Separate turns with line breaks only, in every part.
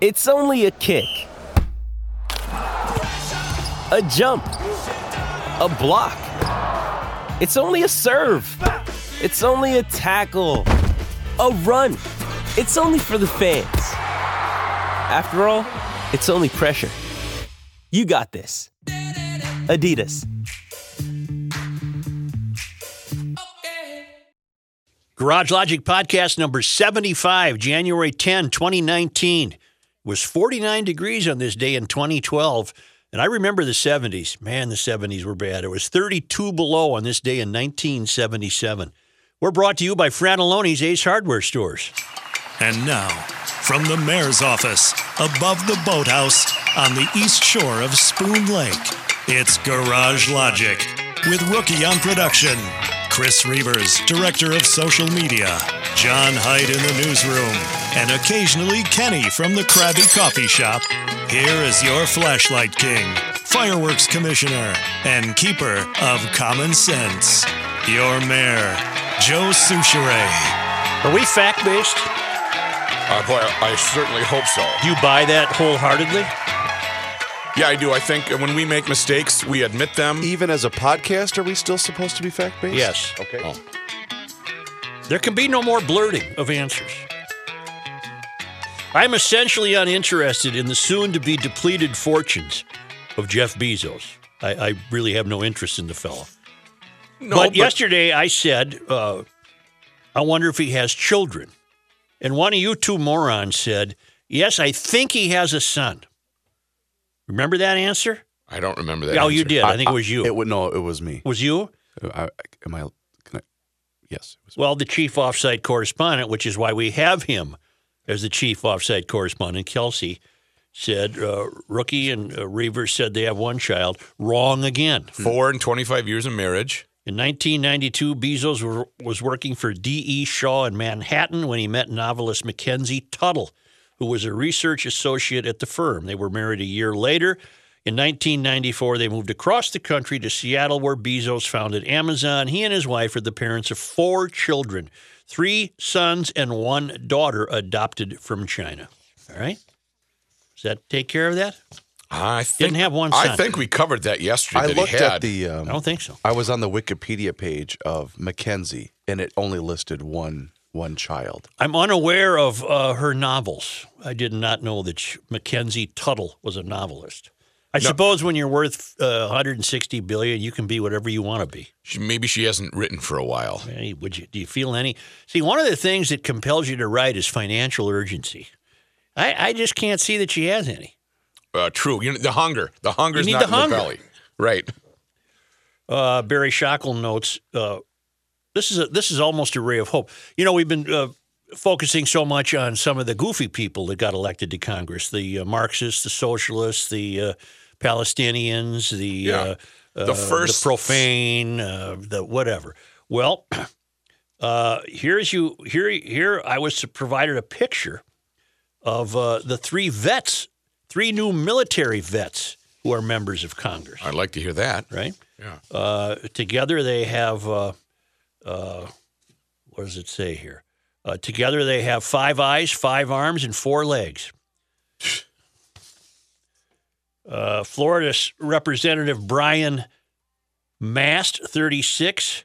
It's only a kick, a jump, a block. It's only a serve. It's only a tackle, a run. It's only for the fans. After all, it's only pressure. You got this. Adidas.
Garage Logic Podcast number 75, January 10, 2019, was 49 degrees on this day in 2012. And I remember the 70s. Man, the 70s were bad. It was 32 below on this day in 1977. We're brought to you by Fratelloni's Ace Hardware Stores.
And now, from the mayor's office, above the boathouse, on the east shore of Spoon Lake, it's Garage Logic with Rookie on production, Chris Reavers, director of social media, John Hyde in the newsroom, and occasionally Kenny from the Krabby Coffee Shop. Here is your flashlight king, fireworks commissioner, and keeper of common sense, your mayor, Joe Souchere.
Are we fact based?
Uh, boy, I certainly hope so.
Do you buy that wholeheartedly?
Yeah, I do. I think when we make mistakes, we admit them.
Even as a podcast, are we still supposed to be fact based?
Yes. Oh.
Okay.
There can be no more blurting of answers. I'm essentially uninterested in the soon to be depleted fortunes of Jeff Bezos. I, I really have no interest in the fellow.
No,
but, yesterday I said, uh, I wonder if he has children. And one of you two morons said, Yes, I think he has a son. Remember that answer?
I don't remember that.
Oh, you
answer.
did. I think it was you.
It would no, it was me.
was you?
I, I- am I? Can I? Yes. It was
Well, the chief offsite correspondent, which is why we have him as the chief offsite correspondent, Kelsey said, uh, Rookie and uh, Reavers said they have one child. Wrong again.
Four and 25 years of marriage.
In 1992, Bezos were, was working for D.E. Shaw in Manhattan when he met novelist Mackenzie Tuttle, who was a research associate at the firm. They were married a year later. In 1994, they moved across the country to Seattle, where Bezos founded Amazon. He and his wife are the parents of four children three sons and one daughter adopted from China. All right? Does that take care of that?
I think,
Didn't have one
I
son.
think we covered that yesterday.
I
that
looked
he had.
at the. Um,
I don't think so.
I was on the Wikipedia page of Mackenzie, and it only listed one one child.
I'm unaware of uh, her novels. I did not know that sh Mackenzie Tuttle was a novelist. I suppose when you're worth uh, 160 billion, you can be whatever you want to be.
She- Maybe she hasn't written for a while.
Hey, would you? Do you feel any? See, one of the things that compels you to write is financial urgency. I, I just can't see that she has any.
Uh, true. You know, the hunger. The hunger's
You need
not
the
in
hunger.
the belly. Right.
Uh, Barry Shackle notes uh, this is a, this is almost a ray of hope. You know, we've been uh, focusing so much on some of the goofy people that got elected to Congress: the uh, Marxists, the socialists, the uh, Palestinians, the uh, uh,
first-
the profane, uh, the whatever. Well, uh, here's you here here I was provided a picture of uh, the three vets, three new military vets who are members of Congress
I'd like to hear that.
right?
Yeah.
Uh, together they have, uh, uh, what does it say here? Uh, together they have five eyes, five arms, and four legs. Uh, Florida's Representative Brian Mast, 36,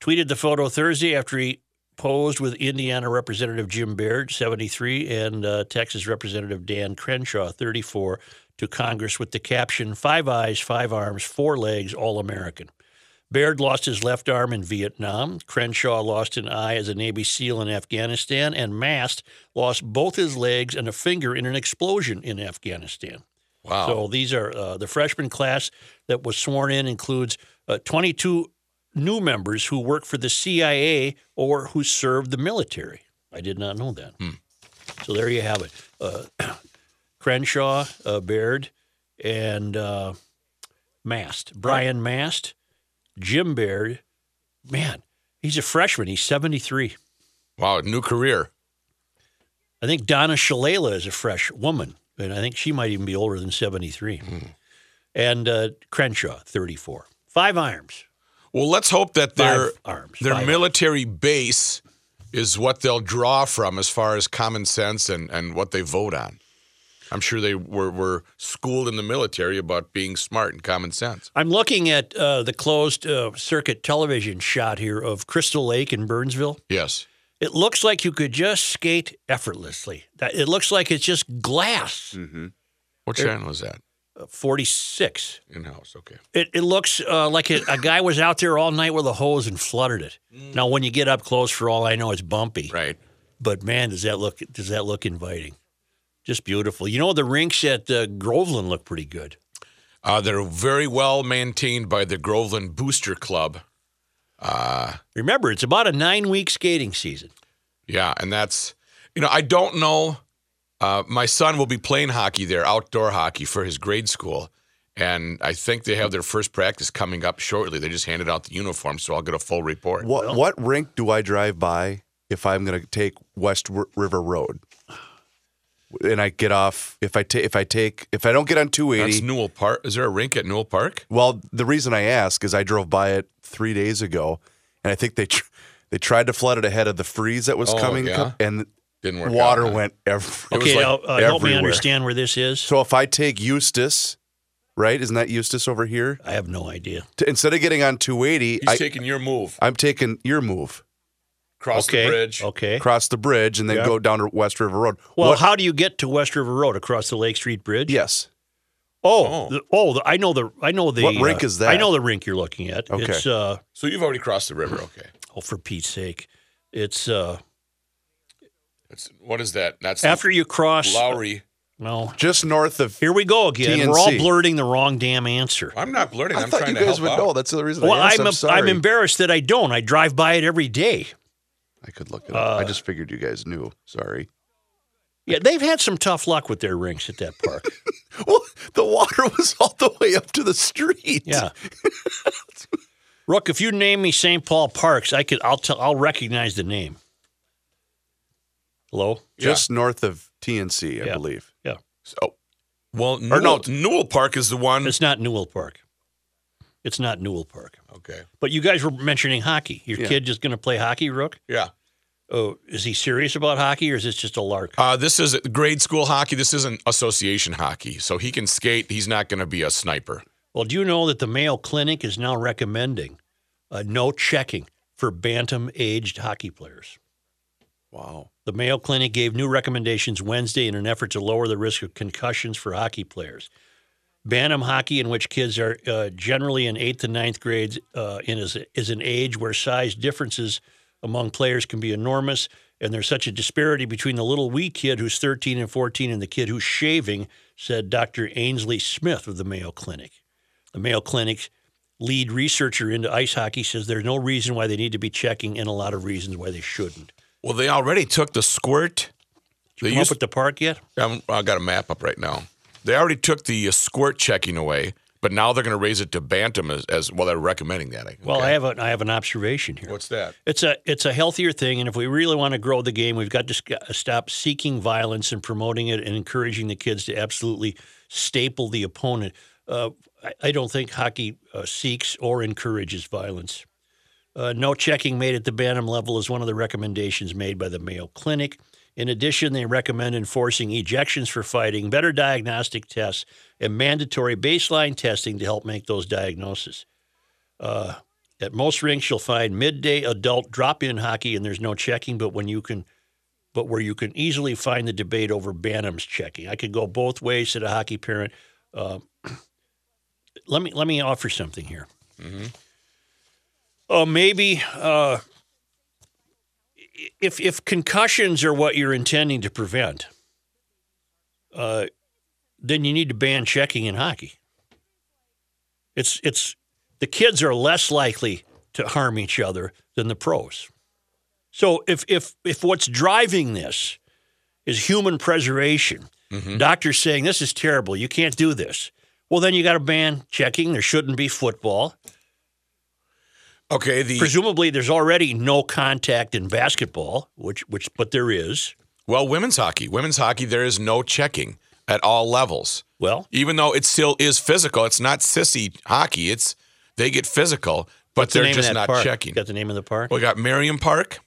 tweeted the photo Thursday after he posed with Indiana Representative Jim Baird, 73, and uh, Texas Representative Dan Crenshaw, 34, to Congress with the caption Five eyes, five arms, four legs, all American. Baird lost his left arm in Vietnam. Crenshaw lost an eye as a Navy SEAL in Afghanistan. And Mast lost both his legs and a finger in an explosion in Afghanistan.
Wow.
So these are uh, the freshman class that was sworn in includes uh, 22 new members who work for the CIA or who served the military. I did not know that. So there you have it. Uh, Crenshaw, uh, Baird, and uh, Mast. Brian Mast, Jim Baird. Man, he's a freshman. He's 73.
Wow, new career.
I think Donna Shalala is a fresh woman, and I think she might even be older than 73. And uh, Crenshaw, 34. Five irons.
Well, let's hope that their
Five arms,
their
five
military base is what they'll draw from as far as common sense and, and what they vote on. I'm sure they were, were schooled in the military about being smart and common sense.
I'm looking at uh, the closed uh, circuit television shot here of Crystal Lake in Burnsville.
Yes.
It looks like you could just skate effortlessly. That- It looks like it's just glass.
What channel is that?
Uh, 46.
In house. Okay.
It, it looks uh, like it, a guy was out there all night with a hose and flooded it. Now, when you get up close, for all I know, it's bumpy.
Right.
But man, does that look does that look inviting? Just beautiful. You know the rinks at uh, Groveland look pretty good.
Uh, they're very well maintained by the Groveland Booster Club.
Remember, it's about a nine week skating season.
Yeah, and that's you know I don't know. Uh, my son will be playing hockey there, outdoor hockey for his grade school, and I think they have their first practice coming up shortly. They just handed out the uniform, so I'll get a full report.
What what rink do I drive by if I'm going to take West R- River Road? And I get off if I take if I take if I don't get on
That's
280.
Newell Park. Is there a rink at Newell Park?
well, the reason I ask is I drove by it three days ago, and I think they tr- they tried to flood it ahead of the freeze that was
Oh,
coming,
yeah.
and
Didn't work.
water
out.
went every- it was
Okay,
like
now, uh, help me
everywhere.
understand where this is.
So if I take Eustis, right? Isn't that Eustis over here?
I have no idea.
To, instead of getting on 280,
He's
I,
taking your move
I'm taking your move,
across
okay,
the bridge.
okay.
cross the bridge, and then go down to West River Road.
Well,
What-
how do you get to West River Road across the Lake Street Bridge?
Yes.
Oh, the, oh, the, I know the I know the uh,
What rink is that?
I know the rink you're looking at.
Okay.
It's uh
So you've already crossed the river. Okay.
oh for Pete's sake. It's uh
That's, what is that? That's the
after you cross
Lowry.
Well,
Just north of.
here we go again. We're all
TNC.
blurting the wrong damn answer.
I'm not blurting.
I
I'm
thought
trying
you
to help
guys would
out.
know. That's the reason
Well,
I asked.
I'm
I'm,
I'm,
sorry.
embarrassed that I don't. I drive by it every day.
I could look it
Uh,
up. I just figured you guys knew. Sorry.
Yeah, they've had some tough luck with their rinks at that park.
Well, the water was all the way up to the street.
Yeah. Rook, if you name me St. Paul Parks, I could I'll tell I'll recognize the name. Hello?
Just north of TNC, I
Yeah.
believe.
Yeah.
So, well,
Or
Newell,
no.
Newell Park is the
Mm.
one.
It's not Newell Park. It's not Newell Park.
Okay.
But you guys were mentioning hockey. Your
Yeah.
kid just going to play hockey, Rook?
Yeah.
Oh, is he serious about hockey or is this just a lark?
Uh, this is grade school hockey. This isn't association hockey. So he can skate. He's not going to be a sniper.
Well, do you know that the Mayo Clinic is now recommending uh, no checking for bantam aged hockey players?
Wow.
The Mayo Clinic gave new recommendations Wednesday in an effort to lower the risk of concussions for hockey players. Bantam hockey, in which kids are uh, generally in eighth and ninth grades, uh, in is, is an age where size differences among players can be enormous, and there's such a disparity between the little wee kid who's 13 and 14 and the kid who's shaving, said Dr. Ainsley Smith of the Mayo Clinic. The Mayo Clinic's lead researcher into ice hockey says there's no reason why they need to be checking, and a lot of reasons why they shouldn't.
Well, they already took the squirt. They
Come up
used,
at the park yet?
I'm, I got a map up right now. They already took the uh, squirt checking away, but now they're going to raise it to bantam as, as well. They're recommending that.
Well,
Okay.
I have a, I have an observation here.
what's that?
It's a it's a healthier thing, and if we really want to grow the game, we've got to sc- stop seeking violence and promoting it, and encouraging the kids to absolutely staple the opponent. Uh, I, I don't think hockey uh, seeks or encourages violence. Uh, no checking made at the Bantam level is one of the recommendations made by the Mayo Clinic. In addition, they recommend enforcing ejections for fighting, better diagnostic tests, and mandatory baseline testing to help make those diagnoses. Uh, at most rinks, you'll find midday adult drop-in hockey, and there's no checking. But when you can, but where you can easily find the debate over Bantam's checking, I could go both ways. Said a hockey parent. Uh, let me let me offer something here. Uh, maybe uh, if if concussions are what you're intending to prevent, uh, then you need to ban checking in hockey. It's it's the kids are less likely to harm each other than the pros. So if if if what's driving this is human preservation.
Mm-hmm.
Doctors saying this is terrible. You can't do this. Well, then you got to ban checking. There shouldn't be football.
Okay, the
Presumably, there's already no contact in basketball, which which but there is.
well, women's hockey. Women's hockey, there is no checking at all levels.
Well,
Even though it still is physical, it's not sissy hockey. It's they get physical, but
what's the
they're
name of
just
that
not
park?
checking.
Got the name of the park?
We got Merriam Park,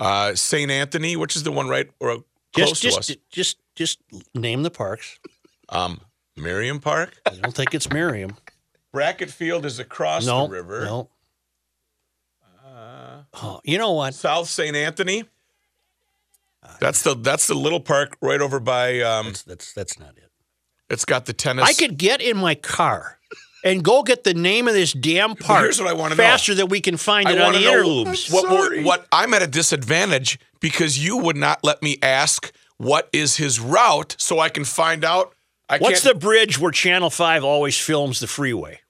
uh, St. Anthony, which is the one right or close
just
to
just
us.
just just name the parks.
Um, Merriam Park.
I don't think it's Merriam.
Bracket Field is across
no,
the river. Uh,
no. oh, you know what?
South St. Anthony. That's the that's the little park right over by. Um,
That's that's, that's not it.
it's got the tennis.
I could get in my car and go get the name of this damn park.
here's what I wanna know.
faster than we can find
I
it on
wanna
the
know
interloops.
What, what, what I'm at a disadvantage because you would not let me ask what is his route so I can find out. I
What's
can't,
the bridge where Channel Five always films the freeway?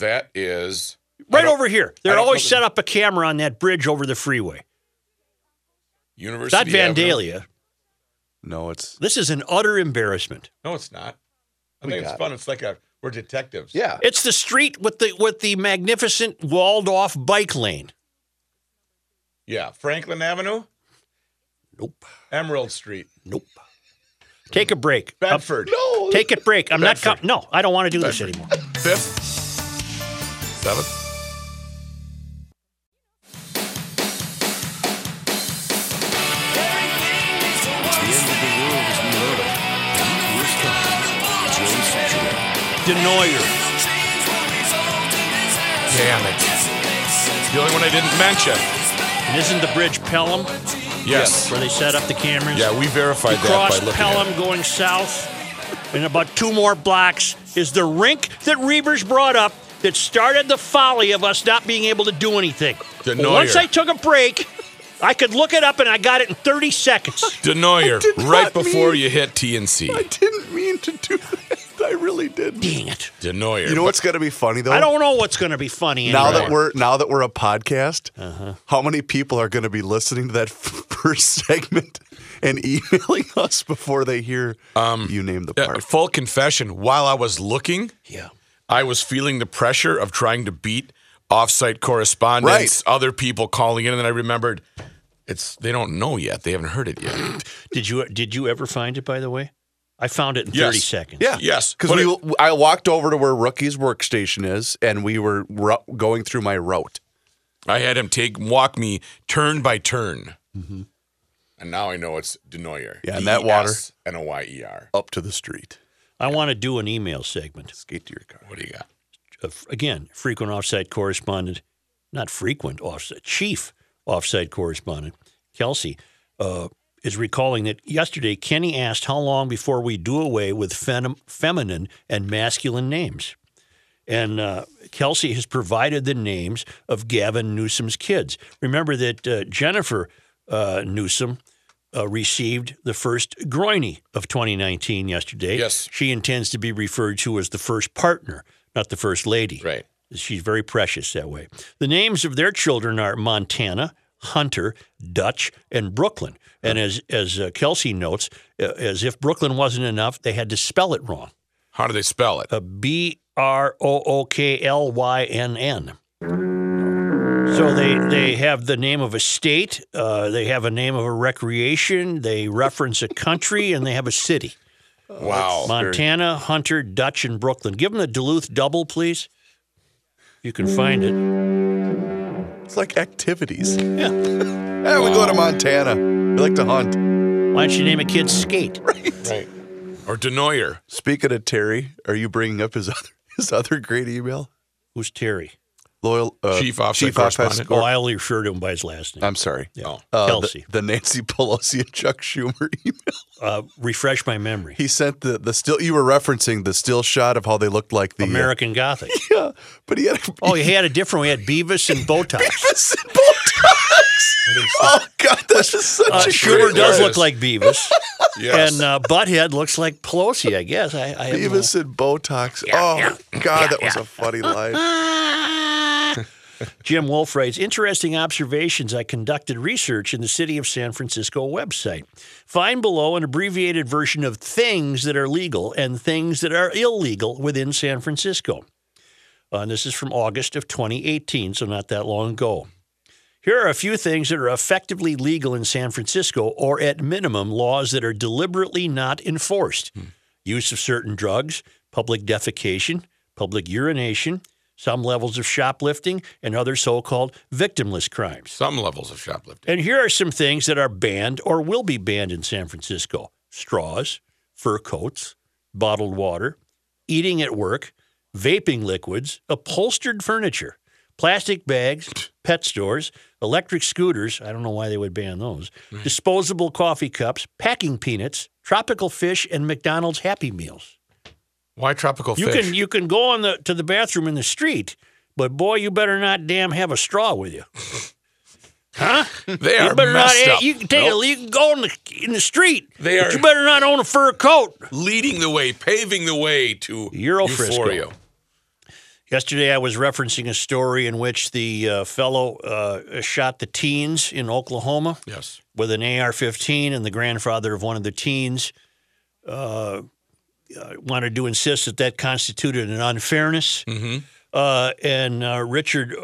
That is I
Right
don't-
over here.
I
They're
don't
always
know
set
the-
up a camera on that bridge over the freeway. It's
University.
not
Avenue.
Vandalia.
No, it's
This is an utter embarrassment.
No, it's not. I think it's fun. It's like a we're detectives.
yeah.
It's the street with the with the magnificent walled off bike lane.
Yeah. Franklin Avenue,
Nope.
Emerald Street,
Nope. Take a break. Up-
Bedford. no.
Take a break. I'm not.
Bedford.
Com- no, I don't want to do this anymore.
Fifth, seventh.
Denoyer.
Damn it. The only one I didn't mention.
And isn't the bridge Pelham
Yes.
where they set up the cameras?
Yeah, we verified that by
Across
looking
Pelham,
at it.
going south, and about two more blocks is the rink that Reavers brought up that started the folly of us not being able to do anything.
Denoyer.
Once I took a break, I could look it up, and I got it in 30 seconds.
Denoyer,
did not
right before
mean-
you hit TNC.
I didn't mean to do that. I really didn't.
Dang it!
Denoyer.
You know what's gonna be funny though?
I don't know what's going to Uh-huh. be funny.
now
anymore.
that we're now that we're a podcast, how many people are going to be listening to that first segment and emailing us before they hear you name the
Uh,
park?
full confession, while I was looking,
yeah.
I was feeling the pressure of trying to beat offsite correspondence, other people calling in, and then I remembered it's they don't know yet. They haven't heard it yet.
Did you did you ever find it? By the way, I found it in
Yes.
thirty seconds.
yeah,
yes,
Because
but
we, I walked over to where Rookie's workstation is, and we were ru- going through my route.
I had him take walk me turn by turn.
Mm-hmm.
And now I know it's Denoyer.
Yeah, and that water.
N O Y E R.
up to the street.
I want to do an email segment
Skate to your car.
What do you got?
of again frequent offsite correspondent, not frequent offsite chief offsite correspondent Kelsey uh, is recalling that yesterday Kenny asked how long before we do away with fem- feminine and masculine names. And uh, Kelsey has provided the names of Gavin Newsom's kids. Remember that uh, Jennifer uh, Newsom uh, received the first groiny of 2019 yesterday.
Yes.
She intends to be referred to as the first partner, not the first lady.
Right.
She's very precious that way. The names of their children are Montana, Hunter, Dutch, and Brooklyn. And as as uh, Kelsey notes, uh, as if Brooklyn wasn't enough, they had to spell it wrong.
How do they spell it?
Uh, B R O O K L Y N N. So they, they have the name of a state, uh, they have a name of a recreation, they reference a country, and they have a city.
wow.
Montana, Hunter, Dutch, and Brooklyn. Give them the Duluth double, please. You can find it.
It's like activities.
Yeah.
Yeah, we go to Montana. We like to hunt.
Why don't you name a kid Skate?
Right. Or Denoyer.
Speaking of Terry, are you bringing up his other his other great email?
Who's Terry?
Loyal uh,
Chief offsite
offsite
correspondent.
Oh,
cor-
I only refer to him by his last name.
I'm sorry.
Yeah.
Uh, the-
Kelsey.
The, Nancy Pelosi and Chuck Schumer email.
Uh, refresh my memory.
He sent the, the still. You were referencing the still shot of how they looked like the uh,
American Gothic.
yeah, but he had a
Oh, he had a different one. He had Beavis and Botox.
simple tongues. Oh God, that's just such
Uh,
a
Schumer
great
does
one.
look like Beavis,
Yes.
and uh, Butthead looks like Pelosi. I guess. I, I have no-
Beavis and Botox. oh God, that was a funny line.
Jim Wolf writes Interesting observations. I conducted research in the City of San Francisco website. Find below an abbreviated version of things that are legal and things that are illegal within San Francisco. Uh, and this is from August of 2018, so not that long ago. Here are a few things that are effectively legal in San Francisco, or at minimum, laws that are deliberately not enforced use of certain drugs, public defecation, public urination, some levels of shoplifting, and other so called victimless crimes.
Some levels of shoplifting.
And here are some things that are banned or will be banned in San Francisco straws, fur coats, bottled water, eating at work, vaping liquids, upholstered furniture, plastic bags, pet stores, electric scooters. I don't know why they would ban those. Disposable coffee cups, packing peanuts, tropical fish, and McDonald's Happy Meals.
Why tropical
You
fish?
can you can go on the to the bathroom in the street, but boy, you better not damn have a straw with you.
they
You
are
better not.
messed up.
You can take
Nope.
a, you can go in the in the street.
They
but
are-
you better not own a fur coat.
leading the way, paving the way to
Eurofrisco.
euphoria.
Yesterday, I was referencing a story in which the uh, fellow uh, shot the teens in Oklahoma
Yes.
with an AR-15, and the grandfather of one of the teens uh, uh, wanted to insist that that constituted an unfairness. Uh, and uh, Richard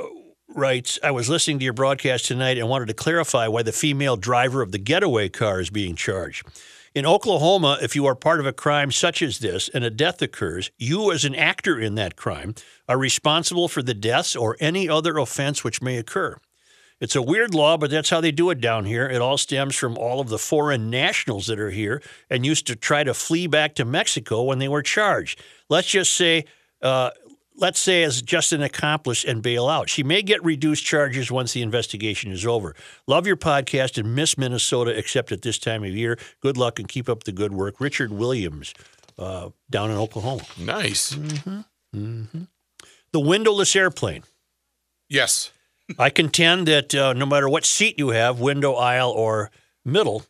writes, "I was listening to your broadcast tonight and wanted to clarify why the female driver of the getaway car is being charged." In Oklahoma, if you are part of a crime such as this and a death occurs, you, as an actor in that crime, are responsible for the deaths or any other offense which may occur. It's a weird law, but that's how they do it down here. It all stems from all of the foreign nationals that are here and used to try to flee back to Mexico when they were charged. Let's just say, uh, let's say, as just an accomplice and bail out. She may get reduced charges once the investigation is over. Love your podcast and miss Minnesota, except at this time of year. Good luck and keep up the good work, Richard Williams, uh, down in Oklahoma.
Nice.
The windowless airplane.
Yes.
I contend that uh, no matter what seat you have, window, aisle, or middle,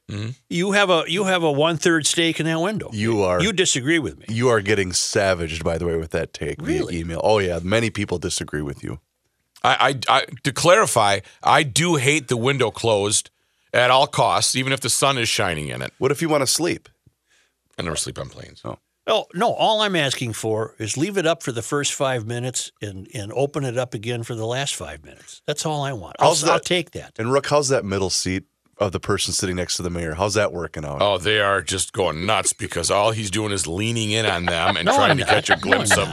you have a you have a one third stake in that window.
Mm-hmm. You are
You
you,
disagree with me.
are getting savaged, by the way, with that take
Really?
via email. Oh yeah, many people disagree with you.
I, I, I to clarify, I do hate the window closed at all costs, even if the sun is shining in it.
What if you want to sleep?
I never sleep on planes.
Oh no! All I'm asking for is leave it up for the first five minutes and and open it up again for the last five minutes. That's all I want. I'll,
How's
I'll
that?
take that.
And Rook, how's that middle seat of the person sitting next to the mayor? How's that working out?
Oh, they are just going nuts because all he's doing is leaning in on them and trying
I'm
to
not.
catch a glimpse of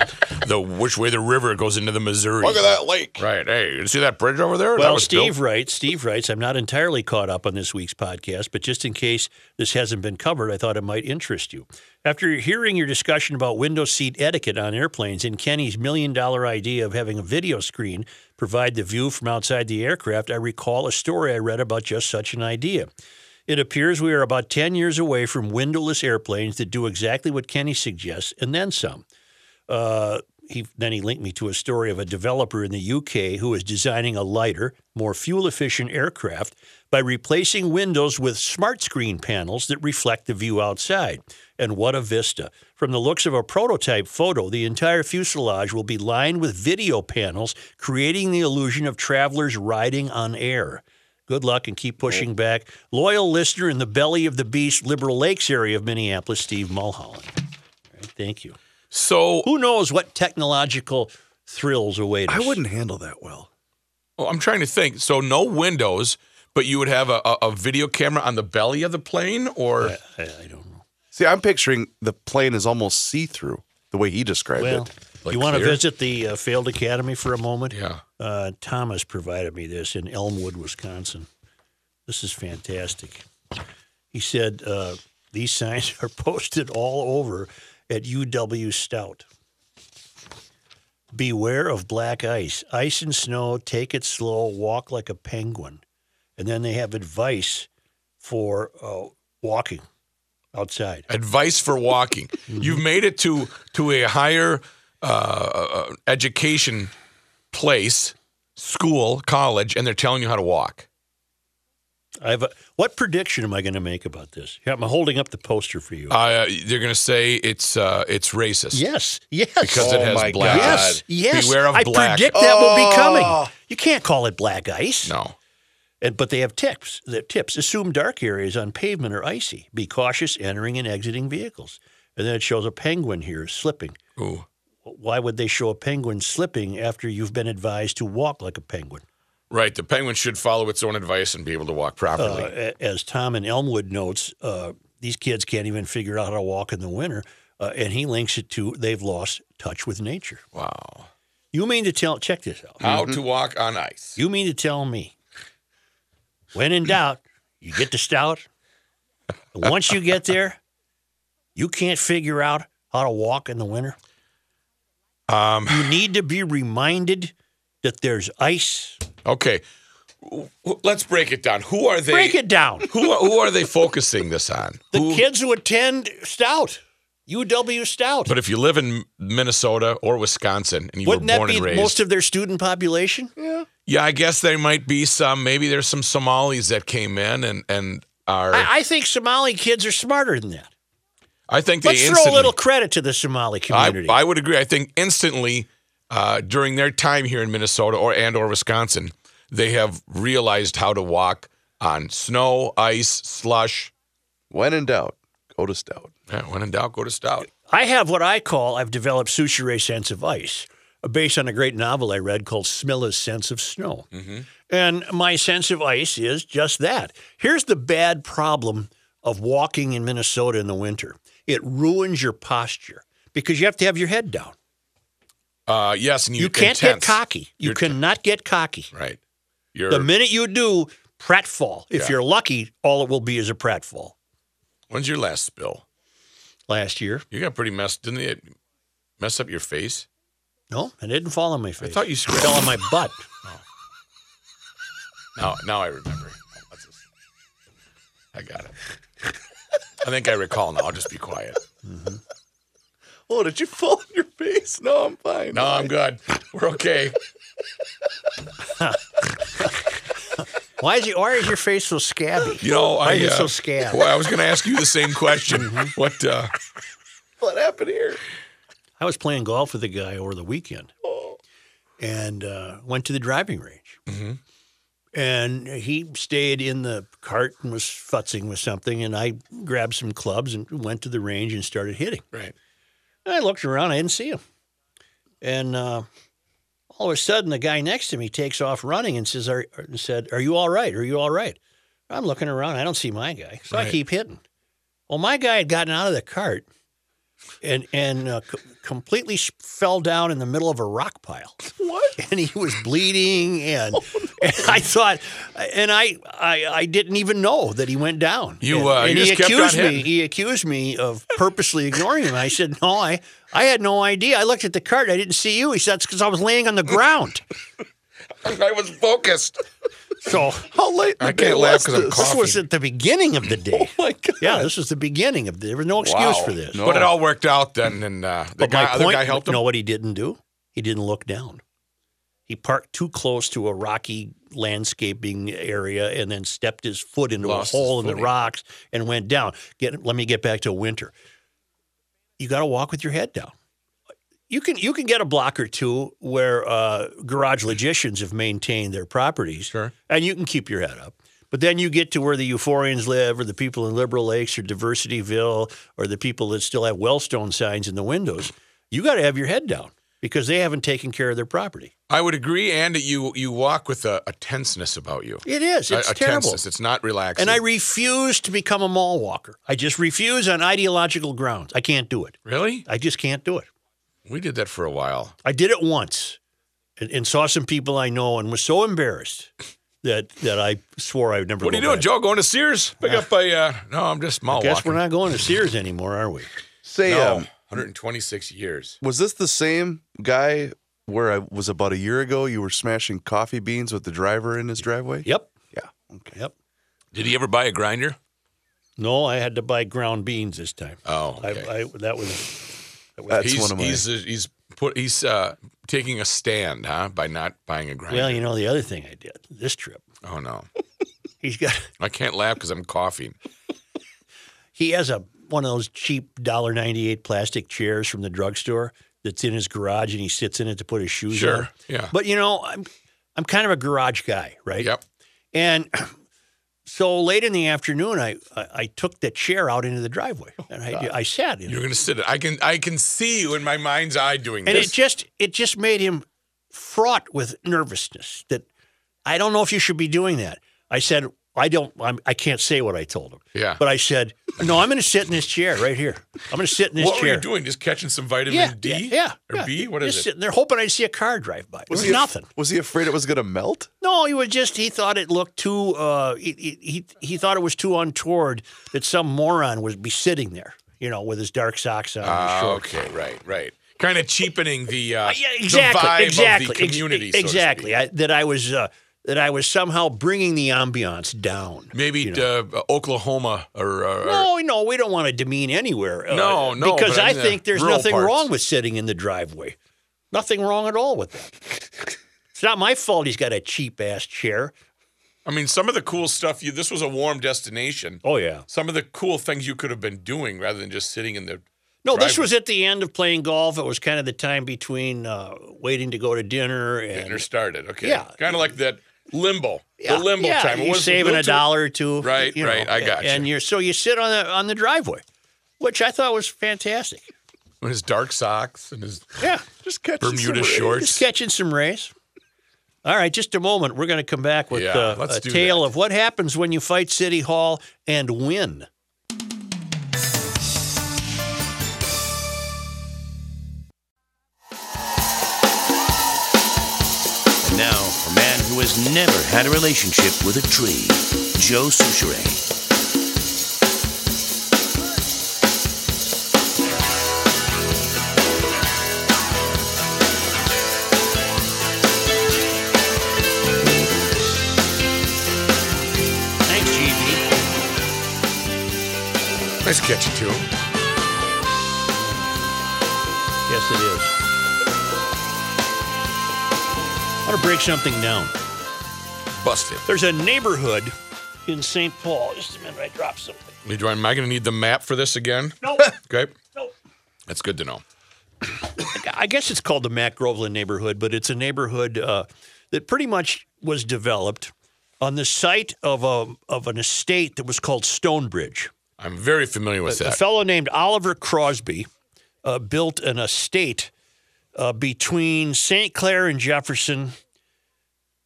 the which way the river goes into the Missouri. Look at that lake. Right. Hey, you see that bridge over there? That
Well,
was built-
Steve writes. Steve writes. I'm not entirely caught up on this week's podcast, but just in case this hasn't been covered, I thought it might interest you. After hearing your discussion about window seat etiquette on airplanes and Kenny's million dollar idea of having a video screen provide the view from outside the aircraft, I recall a story I read about just such an idea. It appears we are about 10 years away from windowless airplanes that do exactly what Kenny suggests and then some uh, he then he linked me to a story of a developer in the UK who is designing a lighter, more fuel-efficient aircraft by replacing windows with smart screen panels that reflect the view outside. And what a vista! From the looks of a prototype photo, the entire fuselage will be lined with video panels, creating the illusion of travelers riding on air. Good luck and keep pushing back. Loyal listener in the belly of the beast, Liberal Lakes area of Minneapolis, Steve Mulholland. All right, thank you.
So
Who knows what technological thrills await us?
I wouldn't handle that well.
oh, I'm trying to think. So no windows, but you would have a, a, a video camera on the belly of the plane, or
I, I don't know.
See, I'm picturing the plane is almost see through the way he described
Well,
it.
Like
you want to
clear?
visit the uh, failed academy for a moment?
yeah.
Uh, Thomas provided me this in Elmwood, Wisconsin. This is fantastic. He said uh, these signs are posted all over at UW Stout. Beware of black ice. Ice and snow, take it slow, walk like a penguin. And then they have advice for uh, walking outside.
advice for walking.
Mm-hmm.
You've made it to to a higher uh, uh, education place, school, college, and they're telling you how to walk.
I've uh, what prediction am I going to make about this? Yeah, I'm holding up the poster for you.
Uh, they're going to say it's uh, it's racist.
yes, yes,
Because it
Oh
has
my
black. Oh.
God.
yes, yes.
Beware of
I
black.
predict that will be coming. You can't call it black ice.
No.
And, but they have tips. That tips assume dark areas on pavement are icy. Be cautious entering and exiting vehicles. And then it shows a penguin here slipping.
Ooh.
Why would they show a penguin slipping after you've been advised to walk like a penguin?
Right. The penguin should follow its own advice and be able to walk properly.
Uh, a- as Tom in Elmwood notes, uh, these kids can't even figure out how to walk in the winter, uh, and he links it to they've lost touch with nature.
wow.
You mean to tell? Check this out.
How to walk on ice.
You mean to tell me? When in doubt, you get the stout. And once you get there, you can't figure out how to walk in the winter.
Um,
You need to be reminded that there's ice.
okay. W- w- Let's break it down. Who are they?
Break it down.
Who, are- who are they focusing this on?
The
Who-
kids who attend Stout, UW Stout.
But if you live in Minnesota or Wisconsin and you
Wouldn't
were
that
born
be
and raised,
most of their student population?
yeah, I guess there might be some. Maybe there's some Somalis that came in and and are. I,
I, I think Somali kids are smarter than that.
think they
Let's
instantly,
throw a little credit to the Somali
I,
community.
I would agree. I think instantly uh, during their time here in Minnesota or and or Wisconsin, they have realized how to walk on snow, ice, slush.
When in doubt, go to stout.
Yeah, when in doubt, go to stout.
I have what I call, I've developed Souchere's sense of ice, uh, based on a great novel I read called Smilla's Sense of Snow.
Mm-hmm.
And my sense of ice is just that. Here's the bad problem of walking in Minnesota in the winter it ruins your posture because you have to have your head down.
Uh, yes, and you,
You, can't
intense.
get cocky. You
You're t-
cannot get cocky.
Right. You're,
The minute you do, pratfall. If
Yeah.
you're lucky, all it will be is a pratfall.
when's your last spill?
Last year,
You got pretty messed. Didn't it mess up your face?
no, it didn't fall on my face.
thought you
it fell on my butt.
Now, now I remember. What's this? I got it. I think I recall now. I'll just be quiet.
Mm-hmm. Oh, did you fall on your face? No, I'm fine.
No, I'm good. We're okay.
Why is your Why is your face so scabby?
You know,
Why
I
are you
uh,
so Mm-hmm. scabbed?
Boy, I was going to ask you the same question. What? Uh,
What happened here?
I was playing golf with a guy over the weekend, and uh, went to the driving range.
Mm-hmm.
And he stayed in the cart and was futzing with something, and I grabbed some clubs and went to the range and started hitting.
right.
And I looked around, I didn't see him. And uh, all of a sudden, the guy next to me takes off running and says, are, and said, Are you all right? Are you all right? I'm looking around. I don't see my guy. So I
Right.
keep hitting. Well, my guy had gotten out of the cart and, and uh, c- completely s- fell down in the middle of a rock pile. What? And he was bleeding. And, and I thought, and I, I I didn't even know that he went down.
You,
and,
uh,
and
you
he
just kept on
accused me
hitting.
he accused me of purposely ignoring him. I said, no, I, I had no idea. I looked at the card. I didn't see you. He said, that's because I was laying on the ground.
I was focused.
So
How late?
I
in the day
can't laugh
was
'cause I'm
this?
cough-
this was at the beginning of the day.
Oh my God.
Yeah, this was the beginning of the, there was no excuse for this.
No.
But it all worked out then, and uh, the
But
guy,
my
other
point,
guy helped him.
know what he didn't do? He didn't look down. He parked too close to a rocky landscaping area and then stepped his foot into
Lost
a
his
hole in the
footing.
rocks and went down. Get, let me get back to winter. You got to walk with your head down. You can you can get a block or two where uh, garage logicians have maintained their properties,
Sure.
and you can keep your head up. But then you get to where the euphorians live, or the people in Liberal Lakes, or Diversityville, or the people that still have Wellstone signs in the windows. You got to have your head down because they haven't taken care of their property.
I would agree, and you you walk with a, a tenseness about you.
It is. It's
a, a
terrible.
tenseness. It's not relaxing.
And I refuse to become a mall walker. I just refuse on ideological grounds. I can't do it.
really
I just can't do it.
we did that for a while.
I did it once and, and saw some people I know and was so embarrassed that that I swore I would never
What
go
are you doing,
back.
Joe? Going to Sears? Pick up a. Uh, no, I'm just mall
Guess
walking.
we're not going to Sears anymore, are we?
Say,
No,
um,
126 years.
was this the same guy where I was about a year ago? You were smashing coffee beans with the driver in his driveway.
Yep.
Yeah. Okay.
Yep.
Did he ever buy a grinder?
No, I had to buy ground beans this time.
Oh, okay.
I, I, that was
That's
he's,
one of my.
He's, uh, he's put he's uh, taking a stand, huh? By not buying a grinder.
well, you know, the other thing I did this trip
oh no.
He's got
I can't laugh because I'm coughing.
he has a one of those cheap dollar ninety eight plastic chairs from the drugstore that's in his garage, and he sits in it to put his shoes
Sure,
on.
yeah.
But you know, I'm I'm kind of a garage guy, right?
Yep.
And so late in the afternoon, I I, I took the chair out into the driveway
Oh,
and I, I sat in it,
You're gonna sit. I can I can see you in my mind's eye doing
and
this.
it just it just made him fraught with nervousness that I don't know if you should be doing that. I said. I don't. I'm, I can't say what I told him.
Yeah.
But I said, no. I'm going to sit in this chair right here. I'm going to sit in this
what
chair.
were you doing? Just catching some vitamin
yeah,
D?
Yeah, yeah,
Or
yeah.
B? What is
just
it?
Sitting there hoping I'd see a car drive by. It was,
he af-
nothing.
was he afraid it was going to melt?
No, he was just he thought it looked too. Uh, he, he- he he thought it was too untoward that some moron would be sitting there, you know, with his dark socks on. and his
Ah,
shorts.
okay, right, right. Kind of cheapening the uh,
Yeah,
the
exactly,
vibe
exactly,
of
ex-
the community. so to
exactly. I,
speak.
that I was uh, that I was somehow bringing the ambiance down.
Maybe uh, Oklahoma or, uh, or,
No, no, we don't want to demean anywhere. uh,
No, no,
because
but
I
in the
think there's
rural
nothing
parts.
wrong with sitting in the driveway. Nothing wrong at all with that. it's not my fault he's got a cheap ass chair.
I mean, some of the cool stuff. You this was a warm destination.
Oh yeah.
Some of the cool things you could have been doing rather than just sitting in the.
No, this
Driveway.
was at the end of playing golf. It was kind of the time between uh, waiting to go to dinner and
Dinner started. Okay.
Yeah.
Kind of like that limbo.
Yeah,
the limbo
yeah,
time. It
You're
was
saving
little
a
too-
dollar or two.
Right,
you know,
right, I gotcha.
And you're so you sit on the on the driveway, which I thought was fantastic.
With his dark socks and his
Yeah.
Just catching
Bermuda
some-
shorts.
Just catching some rays. All right, just a moment. We're going to come back with
Yeah,
uh,
let's
a
do
tale
that.
of what happens when you fight City Hall and win.
And now, a man who has never had a relationship with a tree, Joe Souchere.
Thanks, GB.
Nice catch too.
Yes, it is. I want to break something down.
Busted.
There's a neighborhood in St. Paul. Just a minute, I dropped something.
Am I going to need the map for this again?
No,
Okay.
no.
That's good to know.
I guess it's called the Matt Groveland neighborhood, but it's a neighborhood uh, that pretty much was developed on the site of a of an estate that was called Stonebridge.
I'm very familiar with
A
that.
fellow named Oliver Crosby uh, built an estate uh, between St. Clair and Jefferson,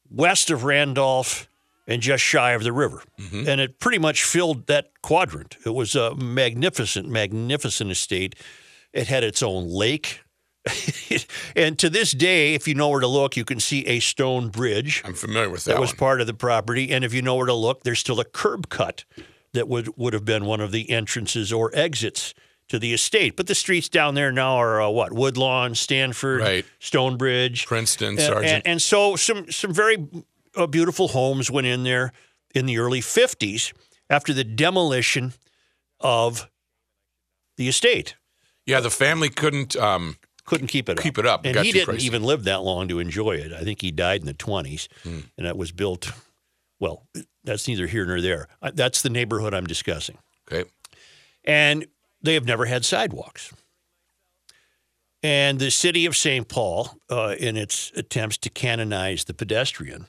west of Randolph, and just shy of the river. And it pretty much filled that quadrant. It was a magnificent, magnificent estate. It had its own lake. and to this day, if you know where to look, you can see a stone bridge
I'm familiar with that.
that was
one.
part of the property. And if you know where to look, there's still a curb cut that would would have been one of the entrances or exits to the estate. But the streets down there now are uh, what Woodlawn, Stanford,
Right.
Stonebridge,
Princeton,
and,
Sergeant.
and, and so some some very uh, beautiful homes went in there in the early 50s after the demolition of the estate.
yeah, the family couldn't. Um,
Couldn't keep it up.
Keep it up.
And
Got
he
you
didn't
crazy.
even live that long to enjoy it. I think he died in the 20s,
Hmm.
and it was built. Well, that's neither here nor there. I- That's the neighborhood I'm discussing.
okay.
And they have never had sidewalks. And the city of St. Paul, uh, in its attempts to canonize the pedestrian,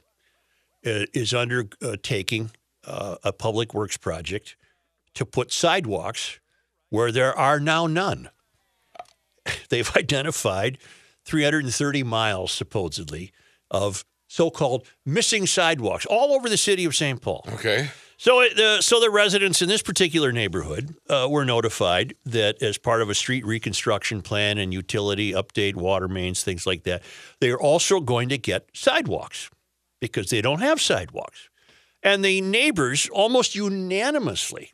uh, is undertaking uh, a public works project to put sidewalks where there are now none. They've identified 330 miles, supposedly, of so called missing sidewalks all over the city of St. Paul.
Okay.
So, it, uh, so the residents in this particular neighborhood uh, were notified that as part of a street reconstruction plan and utility update, water mains, things like that, they are also going to get sidewalks because they don't have sidewalks. And the neighbors almost unanimously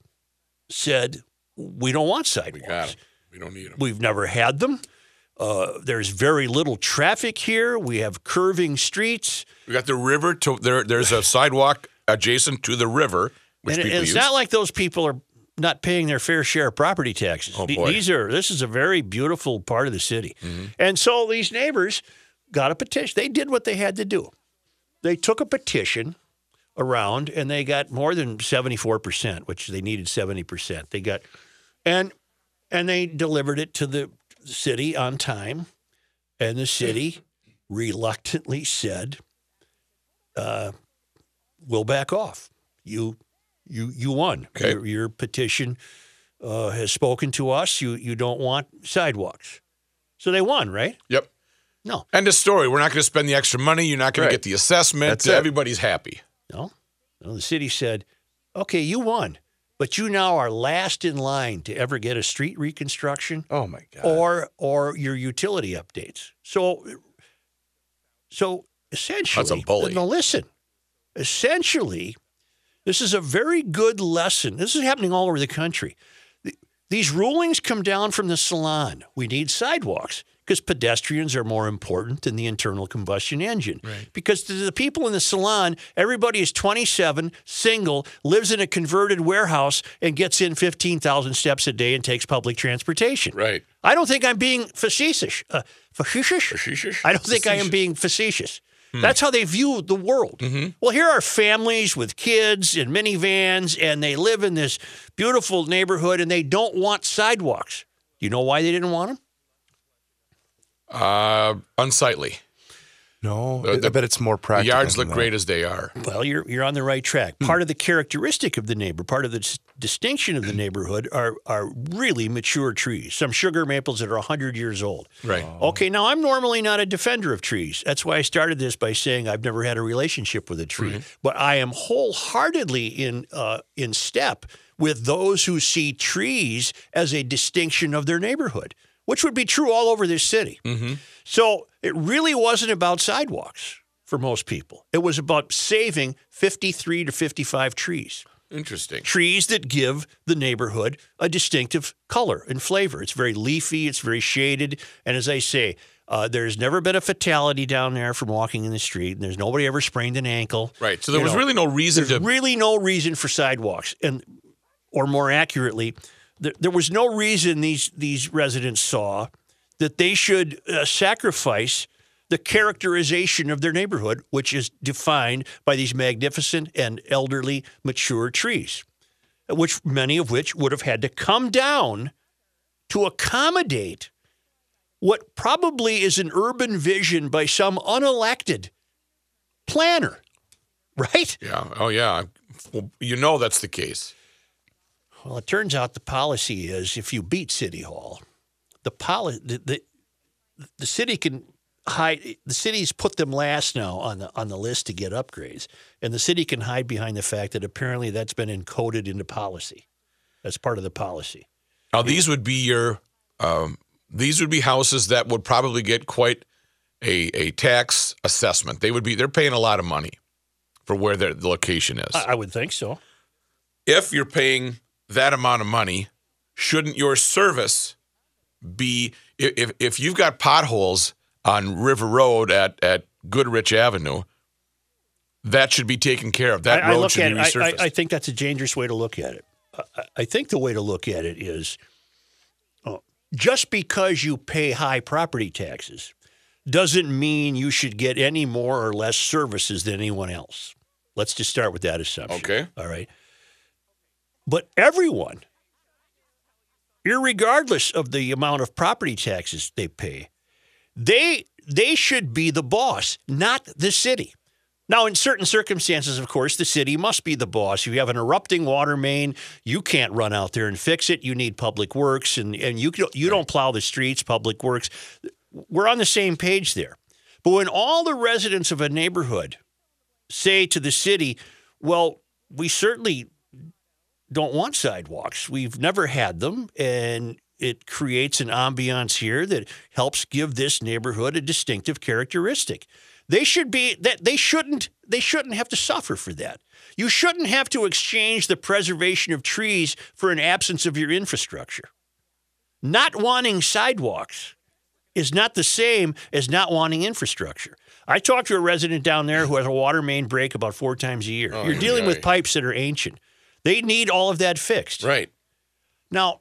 said, "We don't want sidewalks.
Got 'em. We don't need them.
We've never had them. Uh, there's very little traffic here. We have curving streets."
We got the river. To there, there's a sidewalk adjacent to the river, which
and it-
people
it's
use.
not like those people are not paying their fair share of property taxes.
Oh,
The-
boy. Mm-hmm.
These are this is a very beautiful part of the city, and so these neighbors got a petition. They did what they had to do. They took a petition around, and they got more than seventy four percent, which they needed seventy percent. They got, and and they delivered it to the city on time, and the city reluctantly said, uh, "We'll back off. You, you, you won.
Okay.
Your, your petition uh, has spoken to us. You, you don't want sidewalks." So they won, right?
Yep.
No.
End of story. We're not going to spend the extra money. You're not going
Right.
to get the assessment.
That's it.
Everybody's happy.
No. No, the city said, okay, you won, but you now are last in line to ever get a street reconstruction
Oh my god.
or or your utility updates. So so essentially
bully.
Now listen. Essentially, this is a very good lesson. This is happening all over the country. Th- These rulings come down from the salon. We need sidewalks because pedestrians are more important than the internal combustion engine. Because to the people in the salon, everybody is 27, single, lives in a converted warehouse, and gets in 15,000 steps a day and takes public transportation.
Right.
I don't think I'm being facetious. Uh, facetious? I don't think I am being facetious. Hmm. Mm-hmm. That's how they view the world. Well, here are families with kids in minivans, and they live in this beautiful neighborhood, and they don't want sidewalks. You know why they didn't want them?
Uh, unsightly.
no,
The-
I bet it's more
The
practical.
yards
than
look
that.
great as they are.
Well, you're you're on the right track. Part of the characteristic of the neighbor, part of the dis- distinction of the neighborhood, are are really mature trees. Some sugar maples that are hundred years old.
Right.
Okay, now I'm normally not a defender of trees. That's why I started this by saying I've never had a relationship with a tree, but I am wholeheartedly in uh, in step with those who see trees as a distinction of their neighborhood, which would be true all over this city. So it really wasn't about sidewalks for most people. It was about saving 53 to 55 trees
Interesting.
trees that give the neighborhood a distinctive color and flavor. It's very leafy, it's very shaded, and as I say, uh, there's never been a fatality down there from walking in the street, and there's nobody ever sprained an ankle.
Right. So there
You
was
know,
really no reason to.
there's really no reason for sidewalks, and or more accurately, there, there was no reason these these residents saw that they should uh, sacrifice the characterization of their neighborhood, which is defined by these magnificent and elderly mature trees, which many of which would have had to come down to accommodate what probably is an urban vision by some unelected planner, right?
yeah. Oh, yeah. Well, you know that's the case.
Well, it turns out the policy is if you beat City Hall, the poli- the, the the city can hide the city's put them last now on the on the list to get upgrades, and the city can hide behind the fact that apparently that's been encoded into policy. That's part of the policy.
Now these would be your. Um, these would be houses that would probably get quite a a tax assessment. They would be. They're paying a lot of money for where their the location is.
I, I would think so.
if you're paying that amount of money, shouldn't your service be i- if if you've got potholes on River Road at at Goodrich Avenue, that should be taken care of. That
I, I
road
look
should
at it,
be
I,
resurfaced.
I, I think that's a dangerous way to look at it. I- I, I think the way to look at it is uh, just because you pay high property taxes doesn't mean you should get any more or less services than anyone else. Let's just start with that assumption.
Okay.
All right. But everyone, irregardless of the amount of property taxes they pay, they they should be the boss, not the city. Now, in certain circumstances, of course, the city must be the boss. You have an erupting water main. You can't run out there and fix it. You need public works, and, and you, can- you don't plow the streets, public works. We're on the same page there. But when all the residents of a neighborhood say to the city, well, we certainly don't want sidewalks. We've never had them, and it creates an ambiance here that helps give this neighborhood a distinctive characteristic. They should be that they shouldn't they shouldn't have to suffer for that. You shouldn't have to exchange the preservation of trees for an absence of your infrastructure. Not wanting sidewalks is not the same as not wanting infrastructure. I talked to a resident down there who has a water main break about four times a year. You're dealing with
aye.
pipes that are ancient. They need all of that fixed.
right.
Now,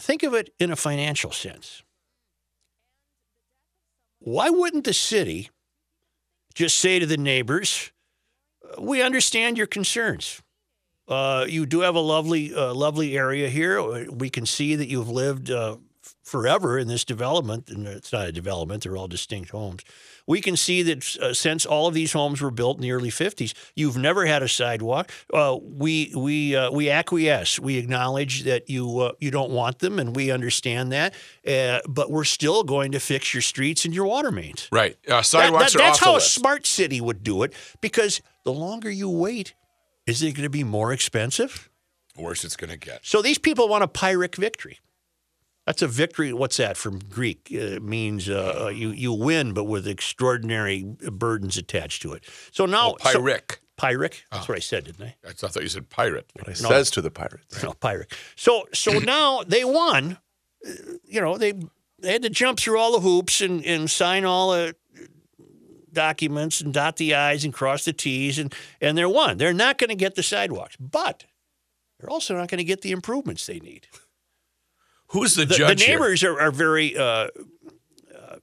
think of it in a financial sense. Why wouldn't the city just say to the neighbors, we understand your concerns. Uh, you do have a lovely, uh, lovely area here. We can see that you've lived uh, f- forever in this development, and it's not a development; they're all distinct homes. We can see that uh, since all of these homes were built in the early '50s, you've never had a sidewalk. Uh, we we uh, we acquiesce. We acknowledge that you uh, you don't want them, and we understand that. Uh, but we're still going to fix your streets and your water mains.
Right. Uh,
That- that-
sidewalks are
that's
off the
how a
list.
smart city would do it because the longer you wait, is it going to be more expensive?
Worse it's going to get.
So these people want a pyrrhic victory. That's a victory. What's that from Greek? Uh, It means uh, uh, you you win, but with extraordinary burdens attached to it. So now,
Oh, Pyrick.
so, pyrrhic. That's what I said, didn't I?
I thought you said pirate.
It says to the pirates.
No, Pyrrhic. So so now they won. Uh, You know they they had to jump through all the hoops and and sign all the documents and dot the i's and cross the t's and and they're won. They're not going to get the sidewalks, but they're also not going to get the improvements they need.
Who's the,
The, the
judge? here?
neighbors are, are very. Uh, uh,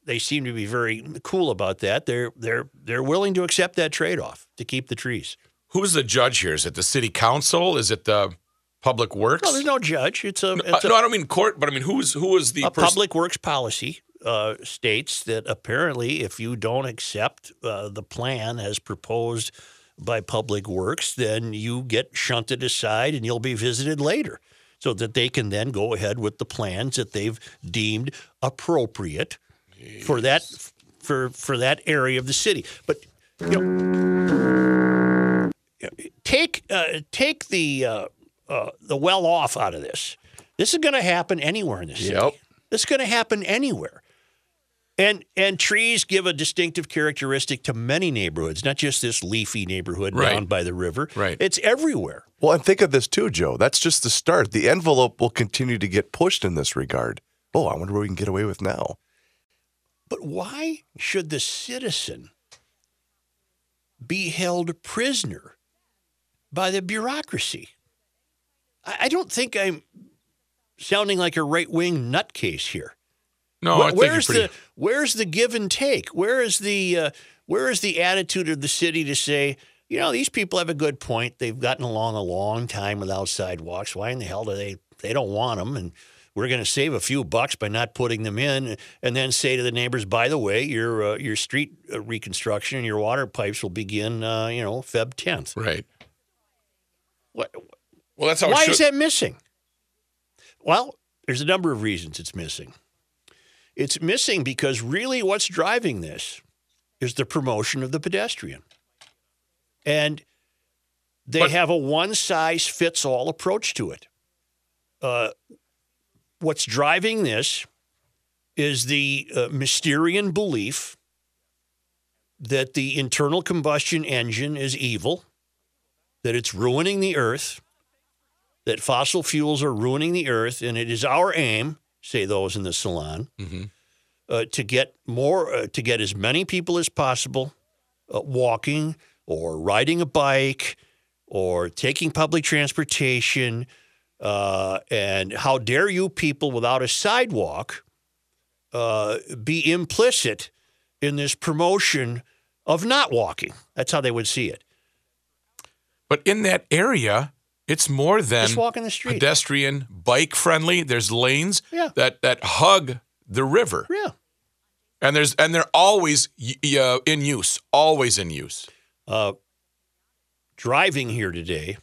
they seem to be very cool about that. They're they're they're willing to accept that trade off to keep the trees.
Who's the judge here? Is it the city council? Is it the public works?
Well, there's no judge. It's a,
Uh,
it's a
no, I don't mean court, but I mean who's who is the
a
person-
public works policy uh, states that apparently if you don't accept uh, the plan as proposed by public works then you get shunted aside and you'll be visited later so that they can then go ahead with the plans that they've deemed appropriate for that for for that area of the city but you know take uh, take the uh, uh, the well off out of this this is going to happen anywhere in the city
Yep.
it's going to happen anywhere. And and trees give a distinctive characteristic to many neighborhoods, not just this leafy neighborhood
Right.
down by the river.
Right.
It's everywhere.
Well, and think of this too, Joe. That's just the start. The envelope will continue to get pushed in this regard. Oh, I wonder what we can get away with now.
But why should the citizen be held prisoner by the bureaucracy? I, I don't think I'm sounding like a right wing nutcase here.
No,
Wh-
Oh, I think you're
where's
pretty-
the where's the give and take? Where is the uh, where is the attitude of the city to say, you know, these people have a good point. They've gotten along a long time without sidewalks. Why in the hell do they they don't want them? And we're going to save a few bucks by not putting them in, and then say to the neighbors, by the way, your uh, your street uh, reconstruction and your water pipes will begin, uh, you know, Feb 10th.
right.
What,
Well, that's how. it
why
should-
is that missing? Well, there's a number of reasons it's missing. It's missing because really what's driving this is the promotion of the pedestrian. And they
But-
have a one size fits all approach to it. Uh, what's driving this is the uh, Mysterian belief that the internal combustion engine is evil, that it's ruining the earth, that fossil fuels are ruining the earth, and it is our aim, say those in the salon, uh, to get more, uh, to get as many people as possible uh, walking or riding a bike or taking public transportation. Uh, and how dare you people without a sidewalk uh, be implicit in this promotion of not walking? That's how they would see it.
But in that area, it's more than
Just walk in the street.
pedestrian, bike friendly. There's lanes
Yeah.
that that hug the river,
Yeah.
and there's and they're always y- y- uh, in use, always in use.
Uh, driving here today,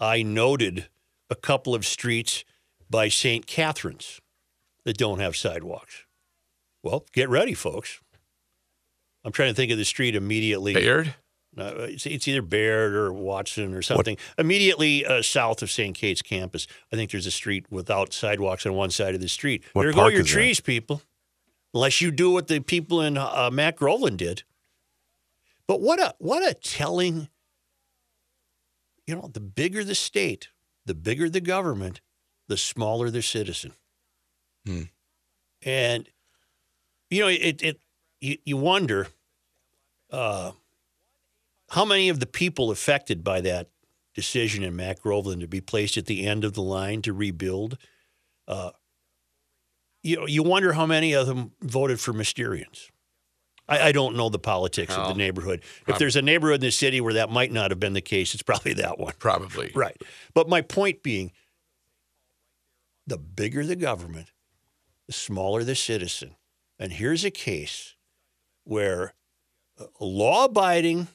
I noted a couple of streets by St. Catherine's that don't have sidewalks. Well, get ready, folks. I'm trying to think of the street immediately.
Bayard,
Uh, it's, it's either Baird or Watson or something. Immediately uh, south of St. Kate's campus, I think there's a street without sidewalks on one side of the street.
What
there go
park
your
is that?
trees, people. Unless you do what the people in uh, Mac Groveland did. But what a what a telling. You know, the bigger the state, the bigger the government, the smaller the citizen.
Hmm.
And you know, it it you, you wonder. Uh, how many of the people affected by that decision in Mac Groveland to be placed at the end of the line to rebuild, uh, you you wonder how many of them voted for Mysterians. I, I don't know the politics of the neighborhood. If there's a neighborhood in the city where that might not have been the case, it's probably that one.
Probably.
Right. But my point being, the bigger the government, the smaller the citizen. And here's a case where uh, law-abiding,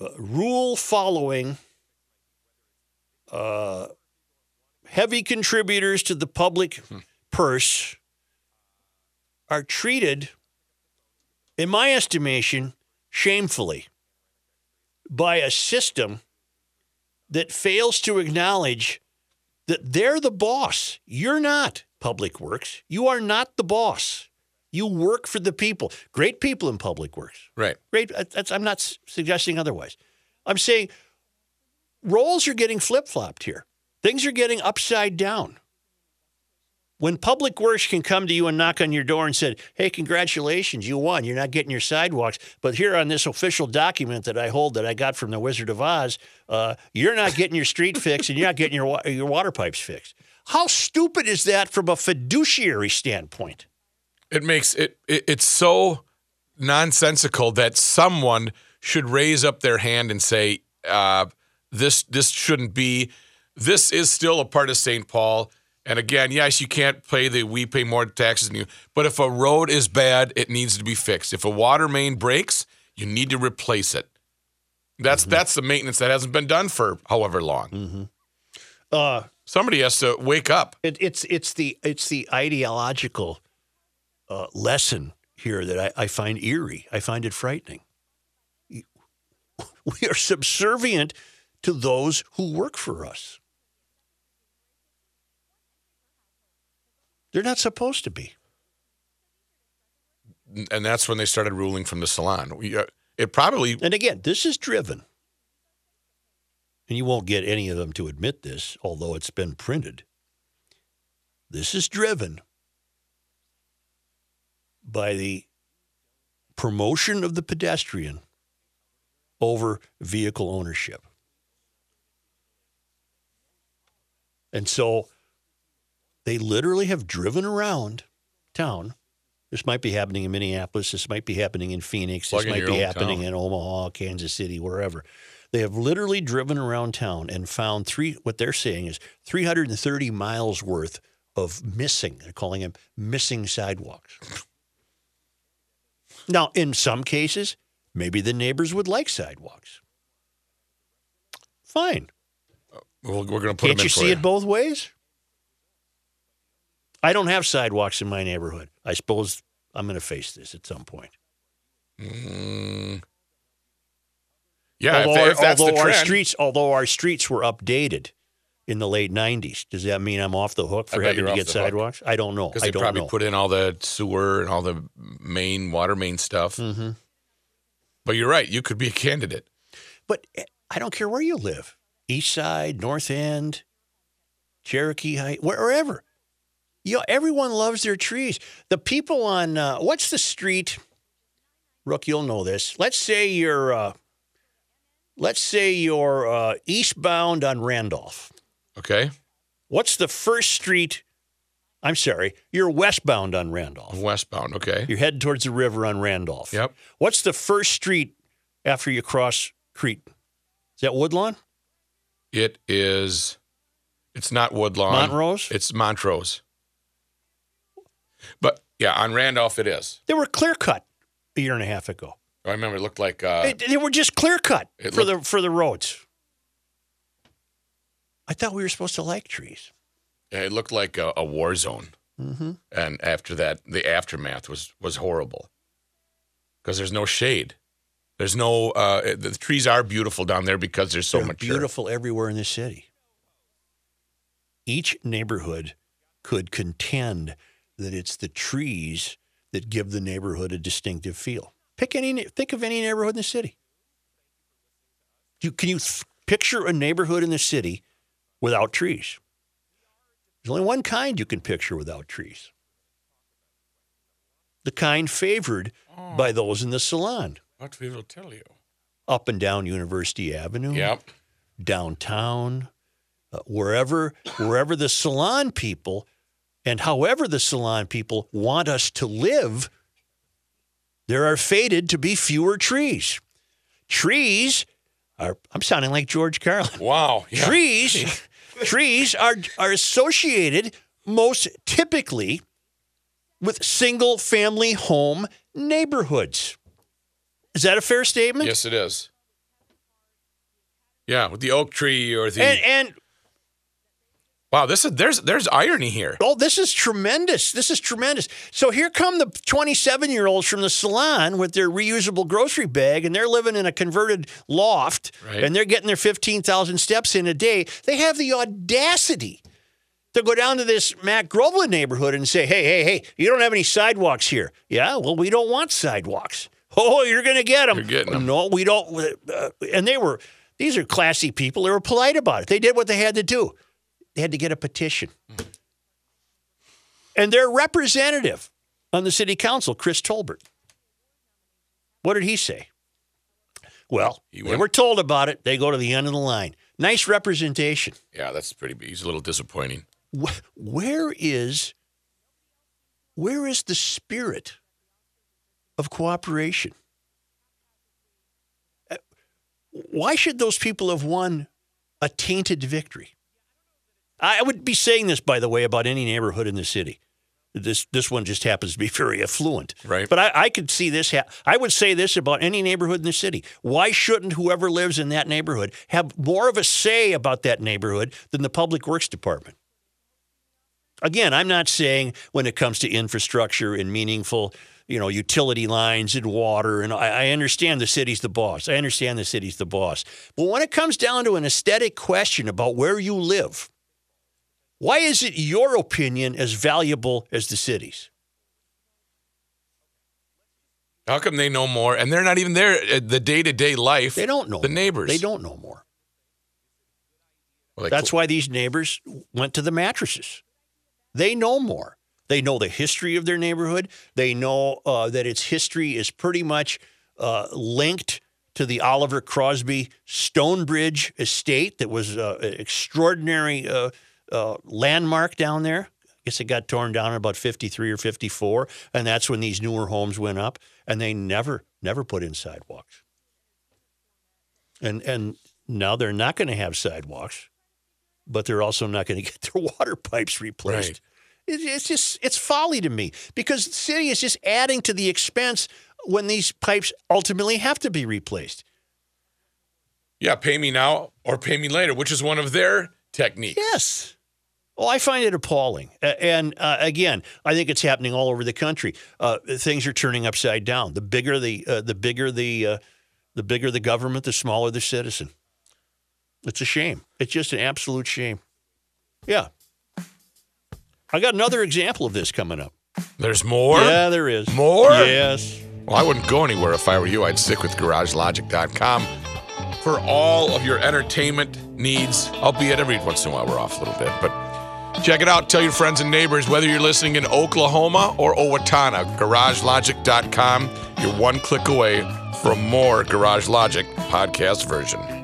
uh, rule-following, uh, heavy contributors to the public purse are treated, in my estimation, shamefully by a system that fails to acknowledge that they're the boss. You're not Public Works. You are not the boss. You work for the people. Great people in Public Works.
Right.
Great. uh, That's, I'm not s- suggesting otherwise. I'm saying roles are getting flip flopped here. Things are getting upside down. When Public Works can come to you and knock on your door and said, "Hey, congratulations, you won. You're not getting your sidewalks, but here on this official document that I hold that I got from the Wizard of Oz, uh, you're not getting your street fixed and you're not getting your wa- your water pipes fixed." How stupid is that from a fiduciary standpoint?
It makes it, it it's so nonsensical that someone should raise up their hand and say, uh, "This this shouldn't be. This is still a part of St. Paul." And again, yes, you can't pay the we pay more taxes than you. But if a road is bad, it needs to be fixed. If a water main breaks, you need to replace it. That's
Mm-hmm.
that's the maintenance that hasn't been done for however long.
Uh,
Somebody has to wake up.
It, it's it's the it's the ideological uh, lesson here that I, I find eerie. I find it frightening. We are subservient to those who work for us. They're not supposed to be.
And that's when they started ruling from the salon. We, uh, It probably
And again, this is driven. And you won't get any of them to admit this, although it's been printed. This is driven by the promotion of the pedestrian over vehicle ownership. And so they literally have driven around town. This might be happening in Minneapolis. This might be happening in Phoenix.
Plug
This
into
might
your
be
own
happening
town.
in Omaha, Kansas City, wherever. They have literally driven around town and found three, what they're saying is 330 miles worth of missing. They're calling them missing sidewalks. Now, in some cases, maybe the neighbors would like sidewalks. Fine.
We'll, we're going to put
Can't
them in
you
for
see it both ways? I don't have sidewalks in my neighborhood. I suppose I'm going to face this at some point.
Mm. Yeah, if,
although
if that's
although
the
our
trend,
streets, although our streets were updated in the late '90s, does that mean I'm off the hook
I
for
bet
having
you're
to
off
get
the hook.
sidewalks? I don't know.
because
I
they
don't
probably
know.
put in all the sewer and all the main water main stuff.
Mhm.
But you're right; you could be a candidate.
But eh, I don't care where you live East Side, North End, Cherokee Heights, wherever. You know, everyone loves their trees. The people on, uh, what's the street? Rook, you'll know this. Let's say you're, uh, let's say you're uh, eastbound on Randolph.
Okay,
What's the first street? I'm sorry, you're westbound on Randolph.
westbound. Okay,
You're heading towards the river on Randolph.
Yep.
What's the first street after you cross Crete? Is that Woodlawn?
it is. It's not Woodlawn.
Montrose?
It's Montrose. But yeah, on Randolph it is.
They were clear cut a year and a half ago.
I remember it looked like uh,
They- they were just clear cut
it
for the for the roads. I thought we were supposed to like trees.
it looked like a, a war zone.
Mm-hmm.
And after that, the aftermath was was horrible because there's no shade. There's no uh, the trees are beautiful down there because there's so
They're
much
beautiful everywhere in the city. Each neighborhood could contend that it's the trees that give the neighborhood a distinctive feel. Pick any, ne- think of any neighborhood in the city. Do, can you f- picture a neighborhood in the city without trees? There's only one kind you can picture without trees. The kind favored by those in the salon,
What we will tell you.
up and down University Avenue
Yep.
downtown, uh, wherever wherever the salon people and however the salon people want us to live, there are fated to be fewer trees. Trees are, I'm sounding like George Carlin.
Wow. Yeah.
Trees, trees are are associated most typically with single family home neighborhoods. Is that a fair statement?
Yes, it is. Yeah, with the oak tree or the
And and
wow. This is there's there's irony here.
oh, this is tremendous. This is tremendous. So here come the 27 year olds from the salon with their reusable grocery bag, and they're living in a converted loft,
Right.
and they're getting their 15,000 steps in a day. They have the audacity to go down to this Matt Groveland neighborhood and say, hey, hey, hey, you don't have any sidewalks here. Yeah, well, we don't want sidewalks. Oh, you're going to get them.
You're getting 'em.
No, we don't. uh, and they were, these are classy people. They were polite about it. They did what they had to do. They had to get a petition. And their representative on the city council, Chris Tolbert, what did he say? Well,
He
they
went-
were told about it. They go to the end of the line. Nice representation.
Yeah, that's pretty. He's a little disappointing.
Wh- where is where is the spirit of cooperation Uh, why should those people have won a tainted victory i I would be saying this by the way about any neighborhood in the city this this one just happens to be very affluent
Right.
but i, I could see this ha- i would say this about any neighborhood in the city why shouldn't whoever lives in that neighborhood have more of a say about that neighborhood than the public works department again, I'm not saying when it comes to infrastructure and meaningful, you know, utility lines and water, and I, I understand the city's the boss. I understand the city's the boss. But when it comes down to an aesthetic question about where you live, why is it your opinion as valuable as the city's?
How come they know more and they're not even there uh, the day to day life?
They don't know
the
more.
neighbors.
They don't know more.
Well, they
That's
cl-
why these neighbors went to the mattresses. They know more. They know the history of their neighborhood. They know uh, that its history is pretty much uh, linked to the Oliver Crosby Stonebridge estate that was uh, an extraordinary uh, uh, landmark down there. I guess it got torn down in about 53 or 54, and that's when these newer homes went up, and they never, never put in sidewalks. And, and now they're not going to have sidewalks but they're also not going to get their water pipes replaced.
Right.
It- It's just it's folly to me because the city is just adding to the expense when these pipes ultimately have to be replaced.
Yeah, pay me now or pay me later, which is one of their techniques.
Yes. Well, I find it appalling. A- And uh, again, I think it's happening all over the country. Uh, things are turning upside down. The bigger the uh, the bigger the uh, the bigger the government, the smaller the citizen. It's a shame. It's just an absolute shame. Yeah. I got another example of this coming up.
There's more.
yeah, there is.
More?
Yes.
Well, I wouldn't go anywhere if I were you. I'd stick with GarageLogic.com for all of your entertainment needs, albeit every once in a while we're off a little bit. But check it out. Tell your friends and neighbors whether you're listening in Oklahoma or Owatonna. GarageLogic.com. You're one click away from more Garage Logic podcast version.